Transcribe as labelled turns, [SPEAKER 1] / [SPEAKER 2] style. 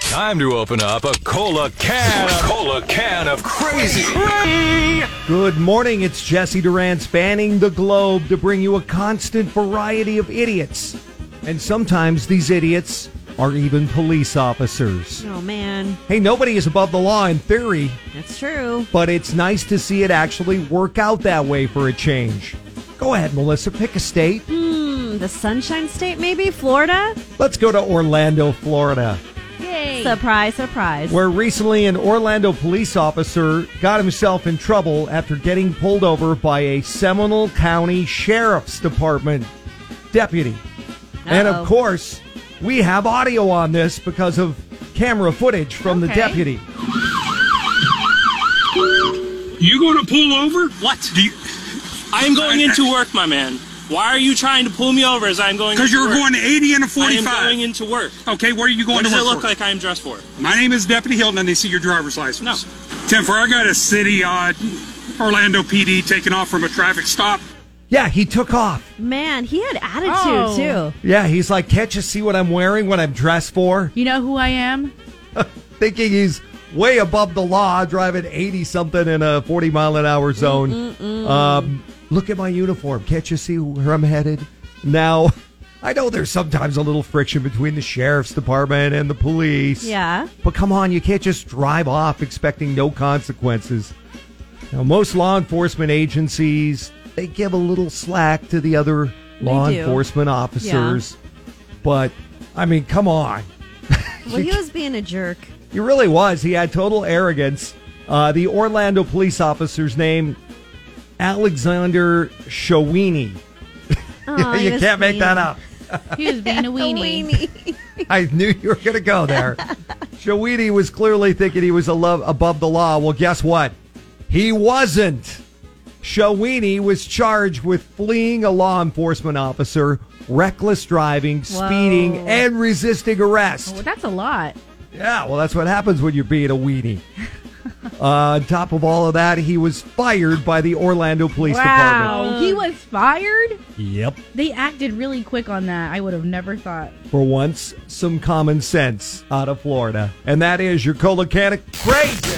[SPEAKER 1] Time to open up a cola can. A cola can of crazy.
[SPEAKER 2] Good morning. It's Jesse Duran spanning the globe to bring you a constant variety of idiots. And sometimes these idiots are even police officers.
[SPEAKER 3] Oh man,
[SPEAKER 2] Hey, nobody is above the law in theory,
[SPEAKER 3] that's true.
[SPEAKER 2] but it's nice to see it actually work out that way for a change. Go ahead, Melissa, pick a state.
[SPEAKER 3] Hmm, the Sunshine State, maybe Florida.
[SPEAKER 2] Let's go to Orlando, Florida.
[SPEAKER 3] Yay! Surprise, surprise.
[SPEAKER 2] where recently an Orlando police officer got himself in trouble after getting pulled over by a Seminole County Sheriff's Department deputy. And
[SPEAKER 3] Uh-oh.
[SPEAKER 2] of course, we have audio on this because of camera footage from the
[SPEAKER 3] Okay.
[SPEAKER 2] deputy.
[SPEAKER 4] You going to pull over?
[SPEAKER 5] What?
[SPEAKER 4] Do you?
[SPEAKER 5] I am going into work, my man. Why are you trying to pull me over as I'm going?
[SPEAKER 4] Because
[SPEAKER 5] into
[SPEAKER 4] you're
[SPEAKER 5] work?
[SPEAKER 4] going 80 and a
[SPEAKER 5] I
[SPEAKER 4] 45.
[SPEAKER 5] am going into work.
[SPEAKER 4] okay, where are you going
[SPEAKER 5] What
[SPEAKER 4] to
[SPEAKER 5] does it
[SPEAKER 4] work
[SPEAKER 5] look
[SPEAKER 4] for?
[SPEAKER 5] like I am dressed for?
[SPEAKER 4] My name is Deputy Hilton, and they see your driver's license. No. Tim, for I got a city uh, Orlando PD taking off from a traffic stop.
[SPEAKER 2] Yeah, he took off.
[SPEAKER 3] Man, he had attitude
[SPEAKER 6] Oh.
[SPEAKER 3] too.
[SPEAKER 2] Yeah, he's like, can't you see what I'm wearing, what I'm dressed for?
[SPEAKER 6] You know who I am?
[SPEAKER 2] Thinking he's way above the law, driving 80 something in a 40 mile an hour zone. Um, look at my uniform. Can't you see where I'm headed? Now, I know there's sometimes a little friction between the sheriff's department and the police.
[SPEAKER 3] Yeah.
[SPEAKER 2] But come on, you can't just drive off expecting no consequences. Now, most law enforcement agencies, they give a little slack to the other law
[SPEAKER 3] do.
[SPEAKER 2] enforcement officers. But, I mean, come on.
[SPEAKER 3] Well, he was being a jerk.
[SPEAKER 2] He really was. He had total arrogance. Uh, the Orlando police officer's name, Alexander Shawini.
[SPEAKER 3] Aw, Oh, he
[SPEAKER 2] you
[SPEAKER 3] was
[SPEAKER 2] can't make
[SPEAKER 3] mean.
[SPEAKER 2] that up.
[SPEAKER 6] He was being a
[SPEAKER 3] A
[SPEAKER 6] weenie.
[SPEAKER 3] weenie.
[SPEAKER 2] I knew you were going to go there. Shawini was clearly thinking he was a lo- above the law. Well, guess what? He wasn't. Shawini was charged with fleeing a law enforcement officer, reckless driving, speeding,
[SPEAKER 3] Whoa.
[SPEAKER 2] and resisting arrest.
[SPEAKER 6] Well, that's a lot.
[SPEAKER 2] Yeah, well, that's what happens when you're being a weenie. uh, on top of all of that, he was fired by the Orlando Police
[SPEAKER 6] Wow. He was fired?
[SPEAKER 2] Department. Yep.
[SPEAKER 6] They acted really quick on that. I would have never thought.
[SPEAKER 2] For once, some common sense out of Florida. And that is your cola can of crazy.